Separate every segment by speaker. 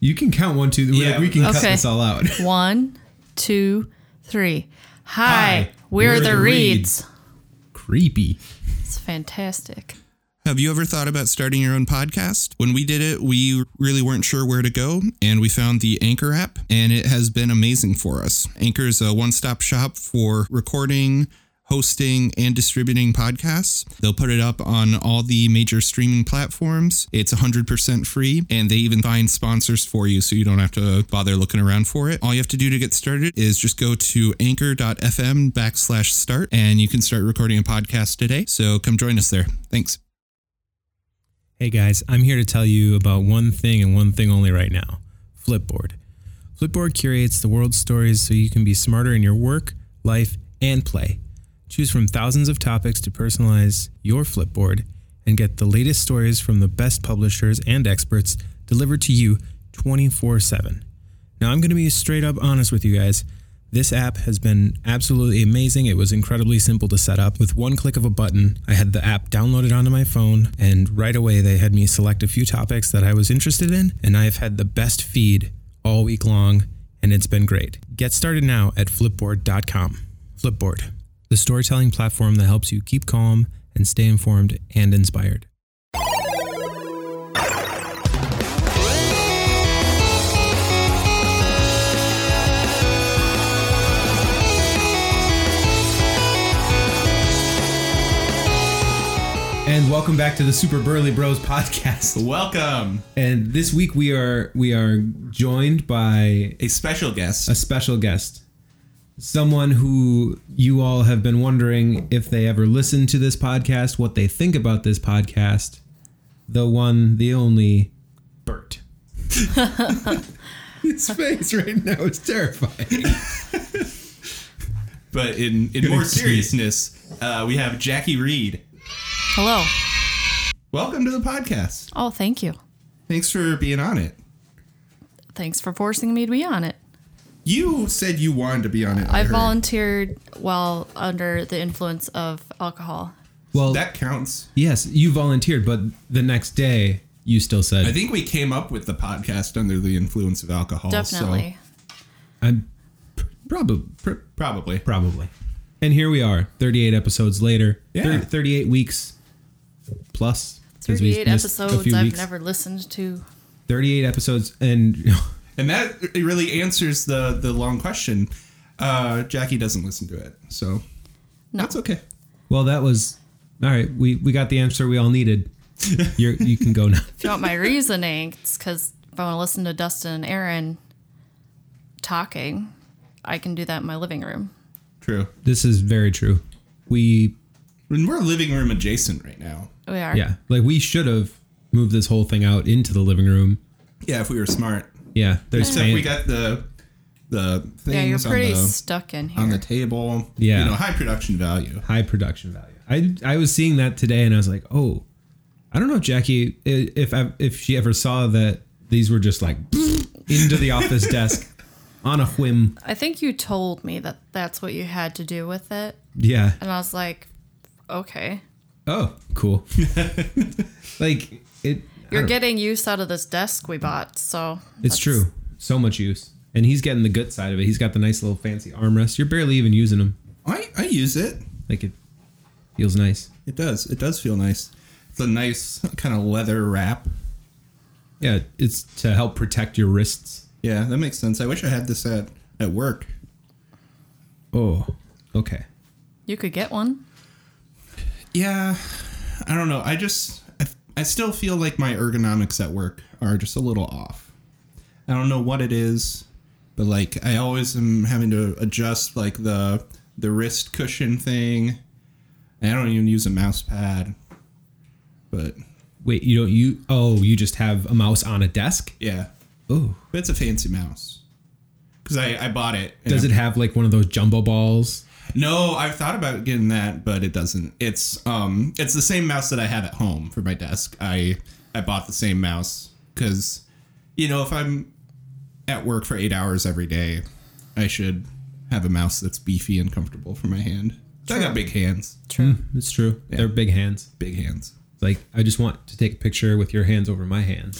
Speaker 1: You can count one, two. We're
Speaker 2: Yeah.
Speaker 1: like, we can cut
Speaker 3: Okay.
Speaker 1: this all out.
Speaker 3: One, two, three. Hi,
Speaker 1: Hi,
Speaker 3: we're, the, Reeds.
Speaker 1: Creepy.
Speaker 3: It's fantastic.
Speaker 2: Have you ever thought about starting your own podcast? When we did it, we really weren't sure where to go, and we found the Anchor app, and it has been amazing for us. Anchor is a one stop shop for recording, hosting, and distributing podcasts. They'll put it up on all the major streaming platforms. It's 100% free, and they even find sponsors for you so you don't have to bother looking around for it. All you have to do to get started is just go to anchor.fm backslash start, and you can start recording a podcast today. So come join us there. Thanks.
Speaker 4: Hey guys, I'm here to tell you about one thing and one thing only right now Flipboard. Flipboard curates the world's stories so you can be smarter in your work, life, and play. Choose from thousands of topics to personalize your Flipboard and get the latest stories from the best publishers and experts delivered to you 24 7. Now, I'm going to be straight up honest with you guys. This app has been absolutely amazing. It was incredibly simple to set up. With one click of a button, I had the app downloaded onto my phone, and right away they had me select a few topics that I was interested in, and I've had the best feed all week long, and it's been great. Get started now at flipboard.com. Flipboard, the storytelling platform that helps you keep calm and stay informed and inspired.
Speaker 1: And welcome back to the Super Burly Bros podcast.
Speaker 2: Welcome,
Speaker 1: And this week we are we are joined by
Speaker 2: a special guest.
Speaker 1: a special guest. Someone who you all have been wondering if they ever listen to this podcast, what they think about this podcast. The one, the only, Bert. His face right now is terrifying.
Speaker 2: But in, in more seriousness, uh, we have Jackie Reed.
Speaker 3: Hello.
Speaker 2: Welcome to the podcast.
Speaker 3: Oh, thank you.
Speaker 2: Thanks for being on it.
Speaker 3: Thanks for forcing me to be on it.
Speaker 2: You said you wanted to be on it.
Speaker 3: I
Speaker 2: heard.
Speaker 3: volunteered while under the influence of alcohol.
Speaker 1: Well,
Speaker 2: That counts.
Speaker 1: yes, you volunteered, but the next day you still
Speaker 2: I
Speaker 1: said,
Speaker 2: think we came up with the podcast under the influence of alcohol.
Speaker 3: Definitely.
Speaker 1: "I'm probably pr-
Speaker 2: So probably.
Speaker 1: Probably. And here we are, 38 episodes later.
Speaker 2: Yeah.
Speaker 1: Thir- 38 weeks plus. 'cause we
Speaker 3: 38
Speaker 1: missed a
Speaker 3: episodes
Speaker 1: few
Speaker 3: I've
Speaker 1: weeks.
Speaker 3: never listened to.
Speaker 1: 38 episodes. And
Speaker 2: And that it really answers the the long question. Uh, Jackie doesn't listen to it, so that's okay.
Speaker 1: well, that was all right. We, we got the answer we all needed. You're, you can go now.
Speaker 3: If you want my reasoning, it's because if I want to listen to Dustin and Aaron talking, I can do that in my living room.
Speaker 2: True.
Speaker 1: This is very true. We,
Speaker 2: And we're living room adjacent right now.
Speaker 3: We are.
Speaker 1: yeah, like we should have moved this whole thing out into the living room.
Speaker 2: Yeah, if we were smart.
Speaker 1: Yeah, there's
Speaker 2: Except we
Speaker 1: fan-
Speaker 2: got the the things
Speaker 3: Yeah, you're
Speaker 2: on
Speaker 3: pretty
Speaker 2: the-
Speaker 3: stuck in here.
Speaker 2: on the table.
Speaker 1: Yeah.
Speaker 2: You know, high production value.
Speaker 1: high production value. I I was seeing that today, and I was like, oh, I don't know, if Jackie, i- if I, if she ever saw that these were just like into the office desk on a whim.
Speaker 3: I think you told me that that's what you had to do with it.
Speaker 1: Yeah.
Speaker 3: And I was like, okay.
Speaker 1: Oh, cool. like it. I
Speaker 3: You're
Speaker 1: don't-
Speaker 3: getting use out of this desk we bought. So
Speaker 1: It's true. So much use, and he's getting the good side of it. He's got the nice little fancy armrest. You're barely even using them.
Speaker 2: I, I use it.
Speaker 1: Like it feels nice.
Speaker 2: It does. It does feel nice. It's a nice kind of leather wrap.
Speaker 1: Yeah, it's to help protect your wrists.
Speaker 2: Yeah, that makes sense. I wish I had this at, at work.
Speaker 1: Oh, okay.
Speaker 3: you could get one.
Speaker 2: Yeah, I don't know. I just, I, I still feel like my ergonomics at work are just a little off. I don't know what it is, but like I always am having to adjust like the the wrist cushion thing. I don't even use a mouse pad, but
Speaker 1: Wait, you don't you? Oh, you just have a mouse on a desk.
Speaker 2: yeah,
Speaker 1: Oh,
Speaker 2: but it's a fancy mouse because I, I bought it. and
Speaker 1: Does it have like one of those jumbo balls?
Speaker 2: No, I've thought about getting that, but it doesn't. It's um, it's the same mouse that I have at home for my desk. I I bought the same mouse because, you know, if I'm at work for eight hours every day, I should have a mouse that's beefy and comfortable for my hand. So I got big hands,
Speaker 3: True.
Speaker 1: It's true. They're big hands.
Speaker 2: big hands.
Speaker 1: It's Like I just want to take a picture with your hands over my hands.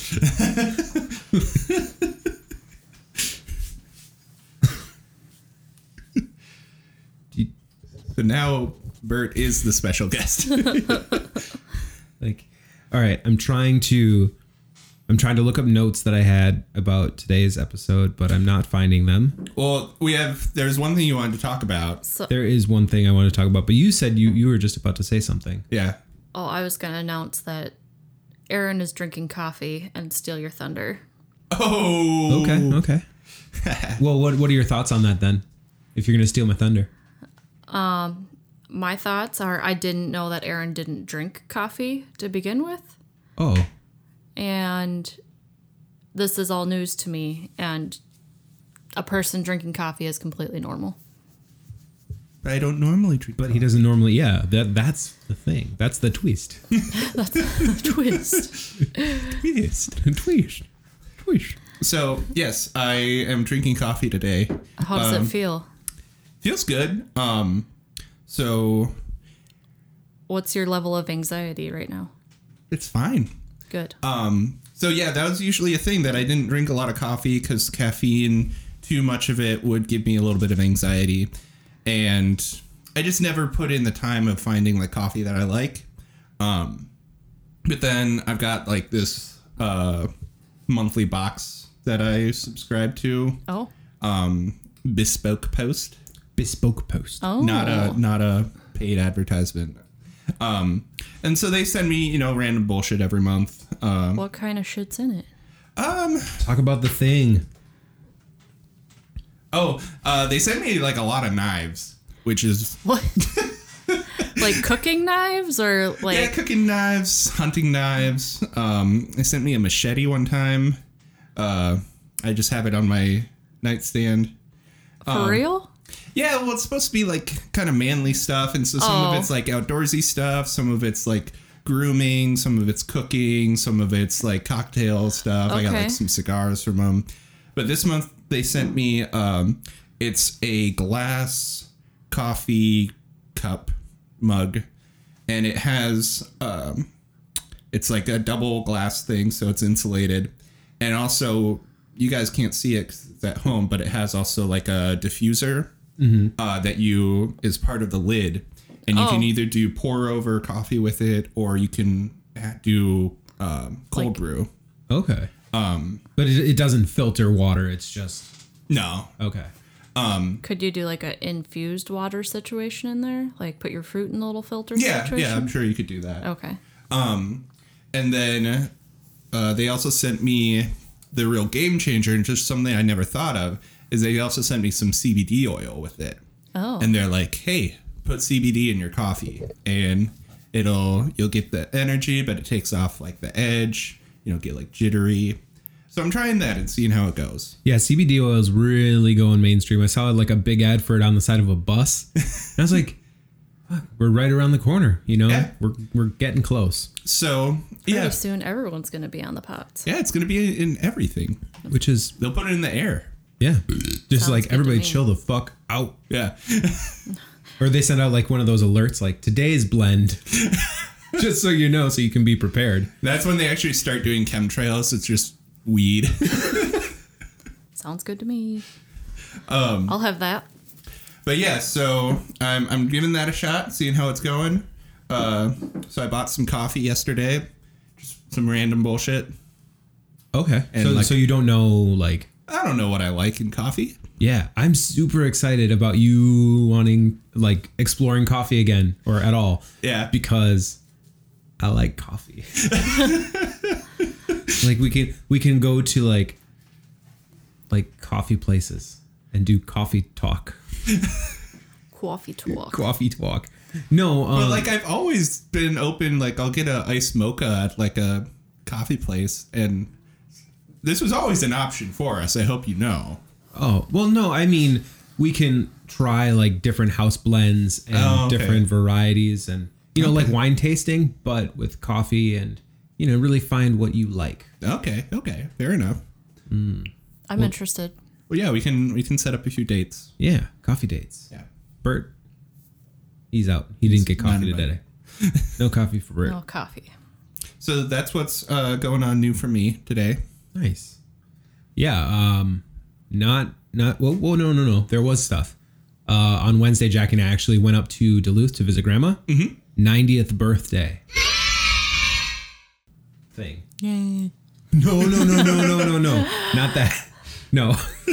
Speaker 2: now Bert is the special guest.
Speaker 1: like all right i'm trying to i'm trying to look up notes that i had about today's episode but i'm not finding them
Speaker 2: well, we have. There's one thing you wanted to talk about.
Speaker 1: there is one thing i want to talk about but you said you you were just about to say something
Speaker 2: Yeah.
Speaker 3: Oh, I was going to announce that Aaron is drinking coffee and steal your thunder.
Speaker 2: Oh.
Speaker 1: okay okay well what what are your thoughts on that then if you're gonna steal my thunder
Speaker 3: My thoughts are I didn't know that Aaron didn't drink coffee to begin with.
Speaker 1: oh
Speaker 3: and this is all news to me and a person drinking coffee is completely normal
Speaker 5: But I don't normally treat.
Speaker 1: but he doesn't normally yeah that that's the thing that's the twist
Speaker 3: twist
Speaker 1: twist twist twist
Speaker 2: So yes, I am drinking coffee today.
Speaker 3: how does
Speaker 1: Um,
Speaker 3: it feel
Speaker 2: Feels good. Um. So
Speaker 3: what's your level of anxiety right now
Speaker 2: it's fine.
Speaker 3: good
Speaker 2: Uh, um, So yeah, that was usually a thing that I didn't drink a lot of coffee because caffeine, too much of it would give me a little bit of anxiety, and I just never put in the time of finding like coffee that I like. Um, but then I've got like this uh, monthly box that I subscribe to,
Speaker 3: oh
Speaker 2: um, Bespoke Post,
Speaker 1: bespoke post
Speaker 3: oh
Speaker 2: not uh, a not a paid advertisement. Um, and so they send me you know random bullshit every month. Um,
Speaker 3: what kind of shit's in it
Speaker 1: talk about the thing
Speaker 2: Oh, uh, they sent me like a lot of knives, which is
Speaker 3: what like cooking knives or like
Speaker 2: yeah, cooking knives, hunting knives. Um, they sent me a machete one time. Uh, I just have it on my nightstand.
Speaker 3: for
Speaker 2: um,
Speaker 3: real
Speaker 2: Yeah, well, it's supposed to be like kind of manly stuff, and so some
Speaker 3: Oh.
Speaker 2: of it's like outdoorsy stuff, some of it's like grooming, some of it's cooking, some of it's like cocktail stuff. I got
Speaker 3: Okay.
Speaker 2: like some cigars from them, but this month they sent me um, it's a glass coffee cup mug, and it has um, it's like a double glass thing, so it's insulated, and also you guys can't see it 'cause it's at home, but it has also like a diffuser uh, that you is part of the lid, and you
Speaker 3: Oh.
Speaker 2: can either do pour over coffee with it, or you can uh, do um, cold
Speaker 3: Like-
Speaker 2: brew.
Speaker 1: okay um but it, it doesn't filter water it's just
Speaker 2: No,
Speaker 1: okay
Speaker 3: could you do like a infused water situation in there like put your fruit in the little filter
Speaker 2: yeah, yeah, I'm
Speaker 3: situation
Speaker 2: sure you could do that.
Speaker 3: okay
Speaker 2: And then uh, they also sent me the real game changer, and just something I never thought of is they also sent me some CBD oil with it.
Speaker 3: oh
Speaker 2: and they're like, "Hey, put CBD in your coffee, and it'll you'll get the energy, but it takes off like the edge. You know, get like jittery." So I'm trying that and seeing how it goes.
Speaker 1: Yeah, CBD oil is really going mainstream. I saw like a big ad for it on the side of a bus. And I was like, "Fuck, we're right around the corner, you know?
Speaker 2: Yeah.
Speaker 1: We're we're getting close,
Speaker 2: So
Speaker 3: pretty
Speaker 2: yeah,
Speaker 3: soon everyone's gonna be on the pots
Speaker 2: yeah, it's gonna be in everything.
Speaker 1: which is
Speaker 2: They'll put it in the air.
Speaker 1: yeah. Just
Speaker 3: Sounds good
Speaker 1: like
Speaker 3: to
Speaker 1: everybody
Speaker 3: me.
Speaker 1: chill the fuck out.
Speaker 2: Yeah,
Speaker 1: Or they send out like one of those alerts like today's blend. just so you know so you can be prepared.
Speaker 2: that's when they actually start doing chemtrails. It's just weed.
Speaker 3: Sounds good to me. Um, I'll have that.
Speaker 2: But yeah, so I'm, I'm giving that a shot, seeing how it's going. Uh, so I bought some coffee yesterday, just some random bullshit.
Speaker 1: Okay.
Speaker 2: And,
Speaker 1: so
Speaker 2: like-
Speaker 1: so you don't know like
Speaker 2: I don't know what I like in coffee.
Speaker 1: yeah, I'm super excited about you wanting like exploring coffee again or at all.
Speaker 2: Yeah.
Speaker 1: because I like coffee. like we can we can go to like like coffee places and do coffee talk.
Speaker 3: Coffee talk.
Speaker 1: Coffee talk. No, um,
Speaker 2: But like I've always been open. Like I'll get a iced mocha at like a coffee place, and this was always an option for us. I hope you know.
Speaker 1: oh well, no, I mean we can try like different house blends and
Speaker 2: Oh, okay.
Speaker 1: different varieties and you know like
Speaker 2: Okay.
Speaker 1: wine tasting, but with coffee and you know really find what you like.
Speaker 2: Okay, okay, fair enough.
Speaker 3: I'm interested.
Speaker 2: Well, yeah, we can we can set up a few dates.
Speaker 1: Yeah, coffee dates.
Speaker 2: Yeah.
Speaker 1: Bert, he's out. He didn't get coffee
Speaker 2: not
Speaker 1: today. no coffee for Bert.
Speaker 3: No coffee.
Speaker 2: So that's what's uh, going on new for me today.
Speaker 1: Nice. Yeah. Um. Not. Not. Well. Well. No. No. No. There was stuff. Uh, on Wednesday, Jack and I actually went up to Duluth to visit Grandma. 90th birthday thing. No, no, no, no, no, no, no. Not that. No.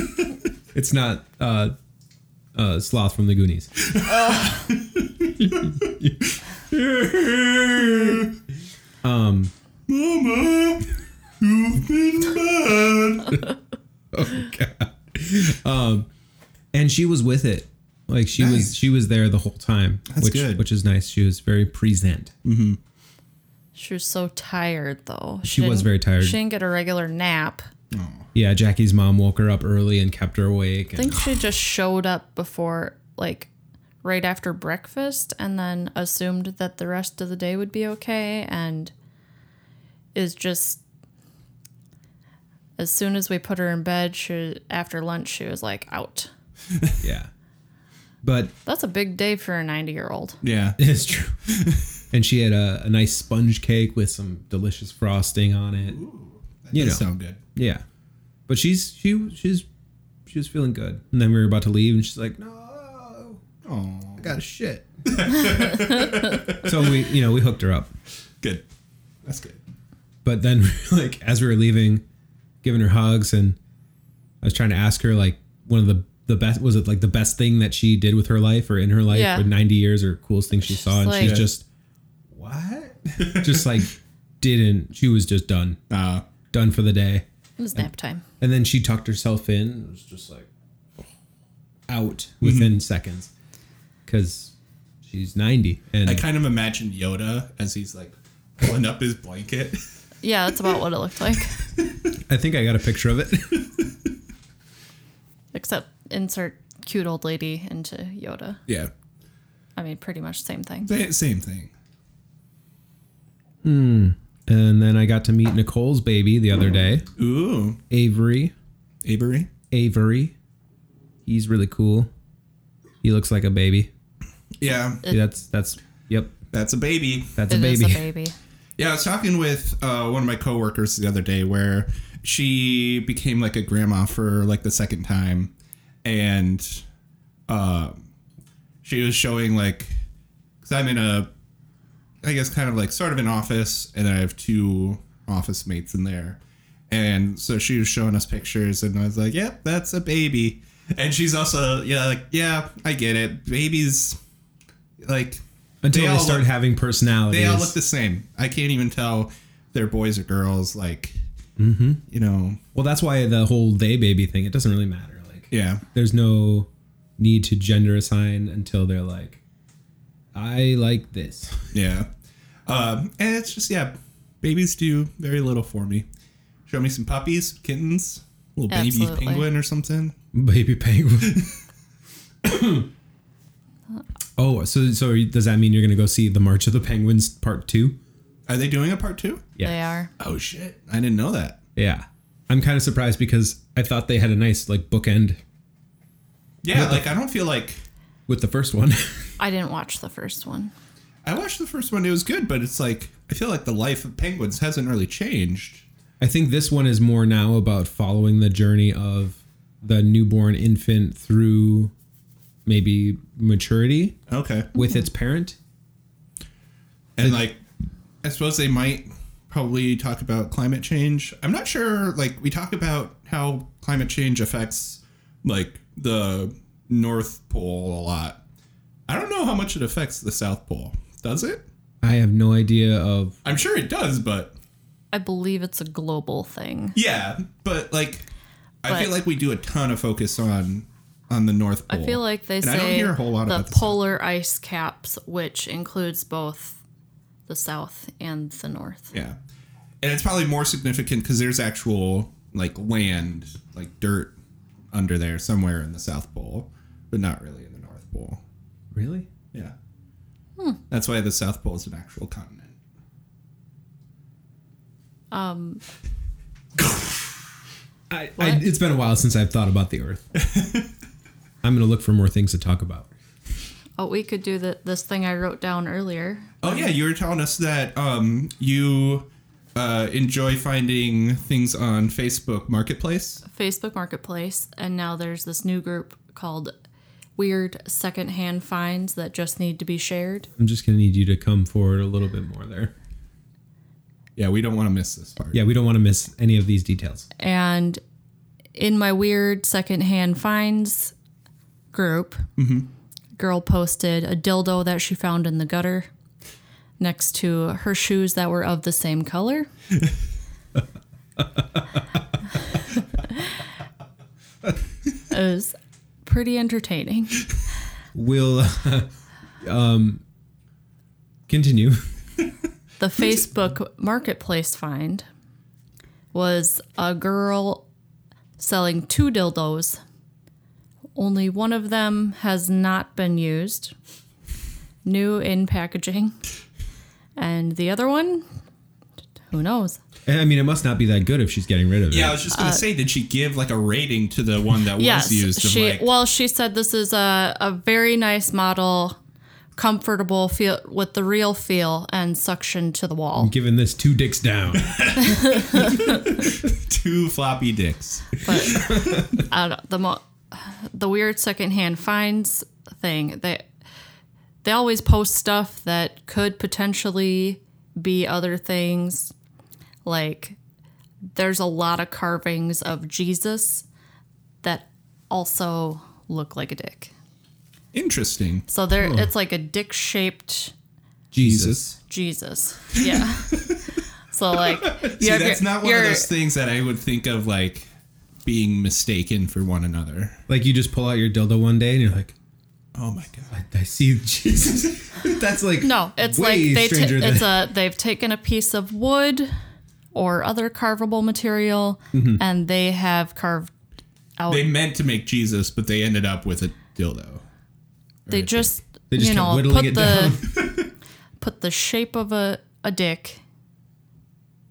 Speaker 1: it's not uh, uh, Sloth from the Goonies. Um.
Speaker 2: Mama, you've been bad.
Speaker 1: Oh, Um, and she was with it like she
Speaker 2: Nice.
Speaker 1: was she was there the whole time which
Speaker 2: good.
Speaker 1: which is nice she was very present
Speaker 3: She was so tired though.
Speaker 1: She was
Speaker 3: didn't-
Speaker 1: very tired.
Speaker 3: She didn't get a regular nap.
Speaker 1: yeah jackie's mom woke her up early and kept her awake
Speaker 3: I
Speaker 1: and
Speaker 3: think she just showed up before, like, right after breakfast, and then assumed that the rest of the day would be okay, and is just. As soon as we put her in bed, she after lunch she was like out.
Speaker 1: yeah but
Speaker 3: That's a big day for a ninety-year-old.
Speaker 2: Yeah.
Speaker 1: it's true and she had a, a nice sponge cake with some delicious frosting on it you know
Speaker 2: sound good.
Speaker 1: yeah but she's she she's she was feeling good and then we were about to leave and she's like no
Speaker 2: Oh,
Speaker 1: i got a shit so we you know we hooked her up
Speaker 2: good. That's good.
Speaker 1: but then like as we were leaving giving her hugs and i was trying to ask her like one of the the best was it like the best thing that she did with her life or in her life
Speaker 3: Yeah.
Speaker 1: or 90 years or coolest thing she saw and she's
Speaker 3: like-
Speaker 1: just
Speaker 2: What?
Speaker 1: just like didn't she was just done
Speaker 2: Uh,
Speaker 1: done for the day
Speaker 3: It was nap time.
Speaker 1: and then she tucked herself in and was just like out within seconds because she's 90 and
Speaker 2: I kind of imagined Yoda as he's like pulling up his blanket.
Speaker 3: Yeah, that's about what it looked like.
Speaker 1: I think i got a picture of it
Speaker 3: Except insert cute old lady into Yoda.
Speaker 2: Yeah.
Speaker 3: I mean, pretty much same thing.
Speaker 2: Sa- Same thing.
Speaker 1: and then i got to meet nicole's baby the other day
Speaker 2: Ooh.
Speaker 1: avery
Speaker 2: Avery?
Speaker 1: Avery. He's really cool. He looks like a baby.
Speaker 2: Yeah.
Speaker 1: Yeah, that's that's yep.
Speaker 2: That's a baby.
Speaker 1: That's
Speaker 3: It
Speaker 1: a
Speaker 3: is
Speaker 1: baby.
Speaker 3: a baby.
Speaker 2: Yeah, I was talking with uh, one of my coworkers the other day where she became like a grandma for like the second time, and uh, she was showing like, because I'm in a, I guess kind of like sort of an office, and I have two office mates in there, and so she was showing us pictures, and I was like, "Yep, that's a baby," and she's also yeah, like yeah, I get it, babies, like
Speaker 1: Until
Speaker 2: They
Speaker 1: they,
Speaker 2: all
Speaker 1: start
Speaker 2: look-
Speaker 1: having personalities.
Speaker 2: they all look the same. I can't even tell they're boys or girls. Like, you know,
Speaker 1: well, that's why the whole they baby thing. It doesn't really matter. Like
Speaker 2: yeah,
Speaker 1: there's no need to gender assign until they're like, I like this.
Speaker 2: yeah. Um, and it's just yeah, babies do very little for me. Show me some puppies, kittens, little baby
Speaker 3: Absolutely.
Speaker 2: penguin or something.
Speaker 1: Baby penguin. oh, so so does that mean you're gonna go see the March of the Penguins part two?
Speaker 2: Are they doing a part two?
Speaker 1: Yeah.
Speaker 3: They are.
Speaker 2: Oh shit, I didn't know that.
Speaker 1: Yeah. I'm kind of surprised because I thought they had a nice like bookend
Speaker 2: Yeah, like I don't feel like
Speaker 1: with the first one.
Speaker 3: I didn't watch the first one.
Speaker 2: I watched the first one. It was good, but it's like I feel like the life of penguins hasn't really changed.
Speaker 1: I think this one is more now about following the journey of the newborn infant through maybe maturity
Speaker 2: Okay,
Speaker 1: with its parent.
Speaker 2: and like i suppose they might probably talk about climate change i'm not sure like we talk about how climate change affects like the north pole a lot i don't know how much it affects the south pole does it
Speaker 1: I have no idea of
Speaker 2: i'm sure it does but
Speaker 3: I believe it's a global thing.
Speaker 2: yeah but like i
Speaker 3: But-
Speaker 2: feel like we do a ton of focus on on the north pole
Speaker 3: I feel like they
Speaker 2: And
Speaker 3: say
Speaker 2: I don't hear a whole lot
Speaker 3: the
Speaker 2: about the South.
Speaker 3: polar ice caps, which includes both the south and the north.
Speaker 2: yeah and it's probably more significant because there's actual like land like dirt under there somewhere in the south pole but not really in the north pole
Speaker 1: really.
Speaker 2: Yeah.
Speaker 3: Hmm.
Speaker 2: That's why the South Pole is an actual continent.
Speaker 1: I, I, it's been a while since I've thought about the Earth. I'm gonna look for more things to talk about.
Speaker 3: Oh, we could do the, this thing I wrote down earlier.
Speaker 2: Oh yeah, you were telling us that um, you uh, enjoy finding things on Facebook Marketplace.
Speaker 3: Facebook Marketplace, and now there's this new group called weird secondhand finds that just need to be shared.
Speaker 1: I'm just gonna need you to come forward a little bit more there.
Speaker 2: Yeah, we don't want to miss this part.
Speaker 1: Yeah, we don't want to miss any of these details.
Speaker 3: And in my weird secondhand finds group, girl posted a dildo that she found in the gutter next to her shoes that were of the same color. it was pretty entertaining.
Speaker 1: We'll um, continue.
Speaker 3: the Facebook marketplace find was a girl selling two dildos. Only one of them has not been used, new in packaging. And the other one, who knows?
Speaker 1: And, I mean, it must not be that good if she's getting rid of it.
Speaker 2: Yeah, I was just gonna say, did she give like a rating to the one that
Speaker 3: Uh, Yes,
Speaker 2: was used? Of
Speaker 3: she.
Speaker 2: like,
Speaker 3: well, she said this is a, a very nice model, comfortable feel with the real feel and suction to the wall.
Speaker 1: Giving this two dicks down.
Speaker 2: two floppy dicks.
Speaker 3: but I don't, the mo- the weird secondhand finds thing they they always post stuff that could potentially be other things like there's a lot of carvings of Jesus that also look like a dick.
Speaker 2: Interesting.
Speaker 3: So there it's like a dick shaped
Speaker 2: Jesus.
Speaker 3: Jesus. Yeah. so like
Speaker 2: See,
Speaker 3: you're-
Speaker 2: that's not one of
Speaker 3: you're-
Speaker 2: those things that I would think of like being mistaken for one another.
Speaker 1: like you just pull out your dildo one day and you're like,
Speaker 2: Oh my god.
Speaker 1: I see Jesus. That's like
Speaker 3: No, it's
Speaker 1: way
Speaker 3: like they
Speaker 1: stranger
Speaker 3: ta-
Speaker 1: than-
Speaker 3: it's a they've taken a piece of wood or other carvable material
Speaker 1: Mm-hmm.
Speaker 3: and they have carved out.
Speaker 2: They
Speaker 3: They,
Speaker 2: meant to make Jesus, but they ended up with a dildo.
Speaker 3: just
Speaker 1: They just
Speaker 3: you
Speaker 1: kept
Speaker 3: know
Speaker 1: whittling
Speaker 3: put
Speaker 1: it
Speaker 3: the put the shape of a a dick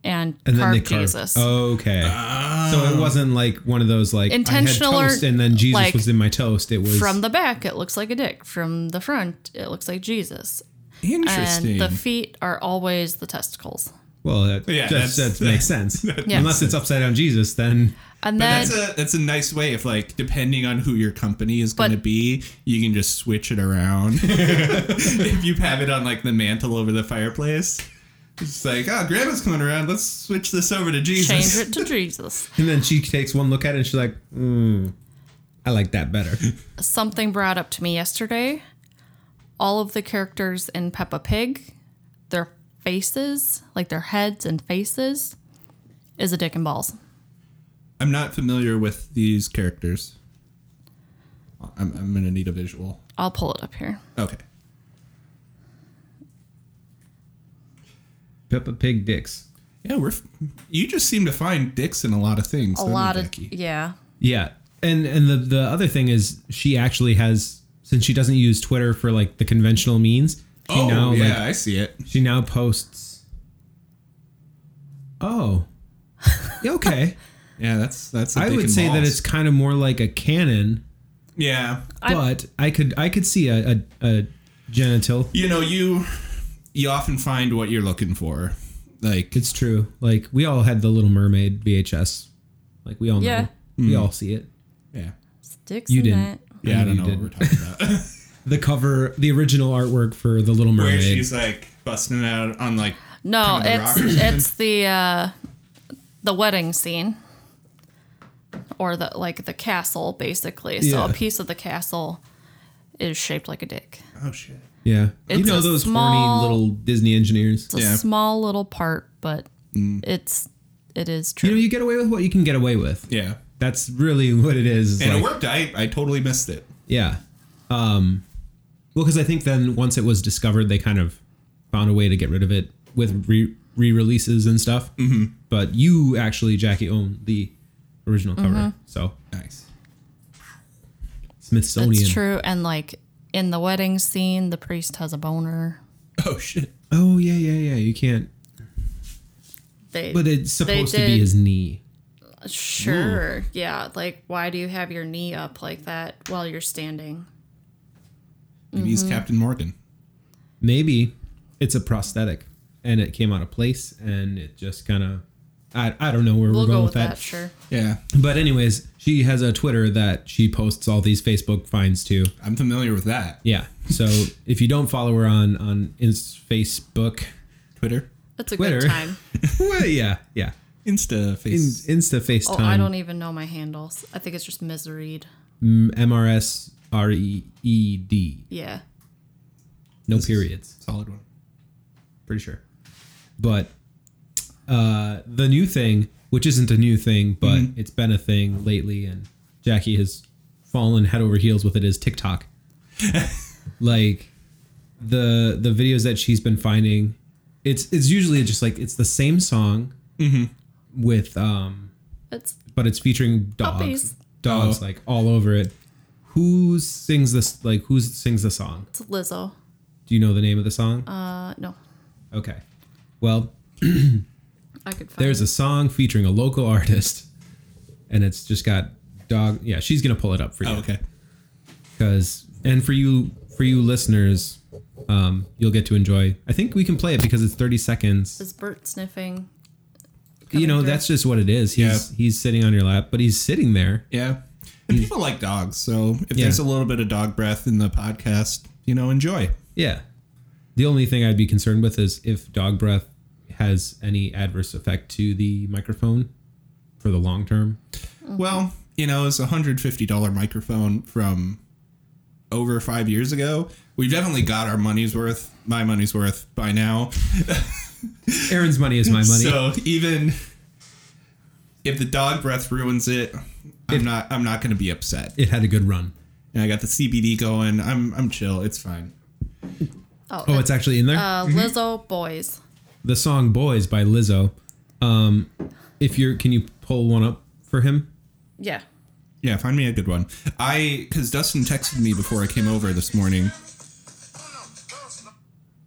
Speaker 3: and,
Speaker 1: and then
Speaker 3: carved
Speaker 1: they Oh, carve.
Speaker 3: Jesus.
Speaker 1: Okay, so it wasn't like one of those like
Speaker 3: Intentional
Speaker 1: I
Speaker 3: or,
Speaker 1: had toast and then Jesus
Speaker 3: like,
Speaker 1: was in my toast. It was
Speaker 3: From the back, it looks like a dick. From the front, it looks like Jesus.
Speaker 2: Interesting.
Speaker 3: And the feet are always the testicles.
Speaker 1: well, that,
Speaker 2: Yeah,
Speaker 1: that's,
Speaker 2: that's-
Speaker 1: that makes sense.
Speaker 3: Yeah.
Speaker 1: Unless it's upside down Jesus, then
Speaker 2: But
Speaker 3: And then
Speaker 2: that's a that's a nice way if like depending on who your company is going to
Speaker 3: But-
Speaker 2: be, you can just switch it around. if you have it on like the mantle over the fireplace, it's like, oh, grandma's coming around. Let's switch this over to Jesus.
Speaker 3: change it to Jesus.
Speaker 1: and then she takes one look at it and she's like, mm, I like that better.
Speaker 3: something brought up to me yesterday. All of the characters in Peppa Pig, their faces, like their heads and faces, is a dick and balls.
Speaker 2: I'm not familiar with these characters. I'm I'm gonna need a visual.
Speaker 3: I'll pull it up here.
Speaker 2: Okay.
Speaker 1: Peppa Pig dicks.
Speaker 2: Yeah, we're. F- you just seem to find dicks in a lot of things.
Speaker 3: A
Speaker 2: don't you,
Speaker 3: lot of
Speaker 2: Becky?
Speaker 3: yeah.
Speaker 1: Yeah, and and the the other thing is she actually has since she doesn't use Twitter for like the conventional means. She
Speaker 2: Oh
Speaker 1: now
Speaker 2: yeah,
Speaker 1: like
Speaker 2: I see it.
Speaker 1: She now posts. Oh. Yeah, Okay.
Speaker 2: Yeah, that's that's. a
Speaker 1: I
Speaker 2: dick
Speaker 1: would
Speaker 2: and
Speaker 1: say that
Speaker 2: balls.
Speaker 1: it's kind of more like a canon,
Speaker 2: yeah.
Speaker 3: I-
Speaker 1: but I could I could see a, a, a genital.
Speaker 2: You know you you often find what you're looking for. Like
Speaker 1: It's true. Like we all had the Little Mermaid VHS. Like we all know.
Speaker 3: Yeah.
Speaker 1: We all see it.
Speaker 2: yeah
Speaker 3: Dicks
Speaker 1: You
Speaker 3: in
Speaker 1: didn't.
Speaker 3: that.
Speaker 2: Hmm. yeah I,
Speaker 1: I know
Speaker 2: don't
Speaker 1: you
Speaker 2: know
Speaker 1: didn't.
Speaker 2: what we're talking about.
Speaker 1: The cover, the original artwork for the Little
Speaker 2: Where
Speaker 1: Mermaid.
Speaker 2: she's like busting it out on like
Speaker 3: No,
Speaker 2: Kind of
Speaker 3: it's
Speaker 2: rock or something.
Speaker 3: it's the uh the wedding scene. Or the like the castle basically. So
Speaker 1: Yeah.
Speaker 3: a piece of the castle is shaped like a dick.
Speaker 2: oh shit.
Speaker 1: Yeah. you
Speaker 3: It's
Speaker 1: know
Speaker 3: a
Speaker 1: those
Speaker 3: small-
Speaker 1: horny little Disney engineers.
Speaker 3: It's a
Speaker 2: Yeah.
Speaker 3: small little part, but it's it is true.
Speaker 1: Mm. You know, you get away with what you can get away with.
Speaker 2: Yeah,
Speaker 1: That's really what it is.
Speaker 2: and
Speaker 1: like-
Speaker 2: it worked. I I totally missed it.
Speaker 1: Yeah. Um, well, because I think then once it was discovered, they kind of found a way to get rid of it with re releases and stuff. Mm-hmm. But you actually, Jackie, own the original cover.
Speaker 3: Mm-hmm.
Speaker 1: So
Speaker 2: Nice.
Speaker 1: Smithsonian.
Speaker 3: It's true. And like in the wedding scene, the priest has a boner.
Speaker 2: Oh shit.
Speaker 1: Oh yeah, yeah, yeah. You can't.
Speaker 3: They,
Speaker 1: But it's supposed to
Speaker 3: did-
Speaker 1: be his knee.
Speaker 3: sure. Yeah. Like, why do you have your knee up like that while you're standing?
Speaker 2: Maybe
Speaker 3: Mm-hmm.
Speaker 2: he's Captain Morgan.
Speaker 1: Maybe it's a prosthetic, and it came out of place, and it just kind of I, I don't know where
Speaker 3: We'll
Speaker 1: we're going
Speaker 3: go
Speaker 1: with
Speaker 3: with
Speaker 1: that.
Speaker 3: that, sure.
Speaker 2: Yeah,
Speaker 1: But anyways, she has a Twitter that she posts all these Facebook finds to.
Speaker 2: I'm familiar with that.
Speaker 1: Yeah. So if you don't follow her on on Ins- Facebook,
Speaker 2: Twitter,
Speaker 3: That's a
Speaker 1: Twitter.
Speaker 3: good time.
Speaker 1: well, yeah, yeah,
Speaker 2: Insta,
Speaker 1: In,
Speaker 2: Face,
Speaker 1: Insta
Speaker 3: Oh,
Speaker 1: FaceTime,
Speaker 3: I don't even know my handles. I think it's just misread.
Speaker 1: MRS R E E D,
Speaker 3: Yeah.
Speaker 1: no periods.
Speaker 2: solid one.
Speaker 1: pretty sure. But uh, the new thing, which isn't a new thing, but it's been a thing lately, and Jackie has fallen head over heels with it, is TikTok. like the the videos that she's been finding, it's it's usually just like it's the same song with um,
Speaker 3: It's
Speaker 1: but it's featuring dogs,
Speaker 3: Puppies.
Speaker 1: dogs like all over it. Who sings this? Like who sings the song?
Speaker 3: it's Lizzo.
Speaker 1: Do you know the name of the song?
Speaker 3: Uh, no,
Speaker 1: okay, well
Speaker 3: I could find.
Speaker 1: there's
Speaker 3: it.
Speaker 1: a song featuring a local artist and it's just got dog yeah she's gonna pull it up for you
Speaker 2: Oh, okay.
Speaker 1: because and for you for you listeners um you'll get to enjoy i think we can play it because it's 30 seconds
Speaker 3: Is Bert sniffing?
Speaker 1: you
Speaker 3: coming
Speaker 1: know
Speaker 3: through?
Speaker 1: that's just what it is he's he's sitting on your lap but he's sitting there
Speaker 2: Yeah, and people like dogs, so if
Speaker 1: Yeah.
Speaker 2: there's a little bit of dog breath in the podcast, you know, enjoy.
Speaker 1: yeah the only thing i'd be concerned with is if dog breath has any adverse effect to the microphone for the long term
Speaker 2: Well, you know, it's a hundred fifty dollar microphone from over five years ago. We've definitely got our money's worth, my money's worth by now.
Speaker 1: aaron's money is my money
Speaker 2: So even if the dog breath ruins it, I'm not I'm not gonna be upset.
Speaker 1: it had a good run
Speaker 2: And I got the CBD going. I'm I'm chill. It's fine.
Speaker 3: Oh,
Speaker 1: oh it's actually in there
Speaker 3: uh, Lizzo boys.
Speaker 1: the song "Boys" by Lizzo. Um, if you're, can you pull one up for him?
Speaker 3: Yeah.
Speaker 2: Yeah, find me a good one. I because Dustin texted me before I came over this morning,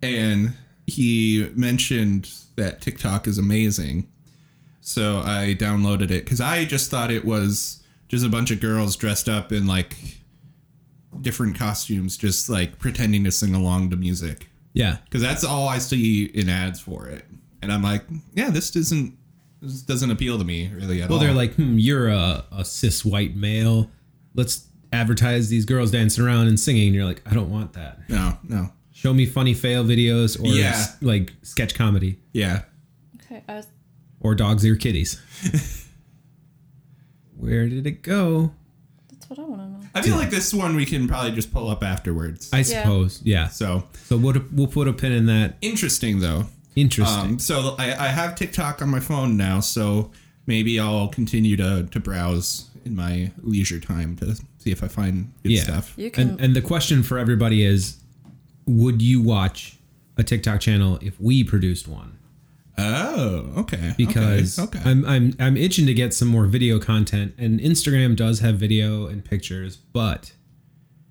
Speaker 2: and he mentioned that TikTok is amazing. So I downloaded it because I just thought it was just a bunch of girls dressed up in like different costumes, just like pretending to sing along to music.
Speaker 1: Yeah,
Speaker 2: Because that's all I see in ads for it, and I'm like, yeah, this doesn't this doesn't appeal to me really at
Speaker 1: Well,
Speaker 2: all.
Speaker 1: they're like, hmm, you're a, a cis white male. Let's advertise these girls dancing around and singing. And you're like, I don't want that.
Speaker 2: no, no,
Speaker 1: Show me funny fail videos or
Speaker 2: Yeah.
Speaker 1: s- like sketch comedy
Speaker 2: yeah.
Speaker 3: Okay. I was,
Speaker 1: or dogs or kitties. Where did it go?
Speaker 3: that's what I want to know.
Speaker 2: I feel like this one we can probably just pull up afterwards.
Speaker 1: I
Speaker 3: Yeah.
Speaker 1: suppose. Yeah.
Speaker 2: so
Speaker 1: So we'll, we'll put a pin in that.
Speaker 2: interesting though.
Speaker 1: Interesting.
Speaker 2: Um, so I, I have TikTok on my phone now, so maybe I'll continue to, to browse in my leisure time to see if I find good
Speaker 1: Yeah.
Speaker 2: stuff.
Speaker 3: You can.
Speaker 1: And, and the question for everybody is would you watch a TikTok channel if we produced one?
Speaker 2: Oh, okay.
Speaker 1: Because
Speaker 2: okay, okay.
Speaker 1: I'm, I'm I'm itching to get some more video content and Instagram does have video and pictures, but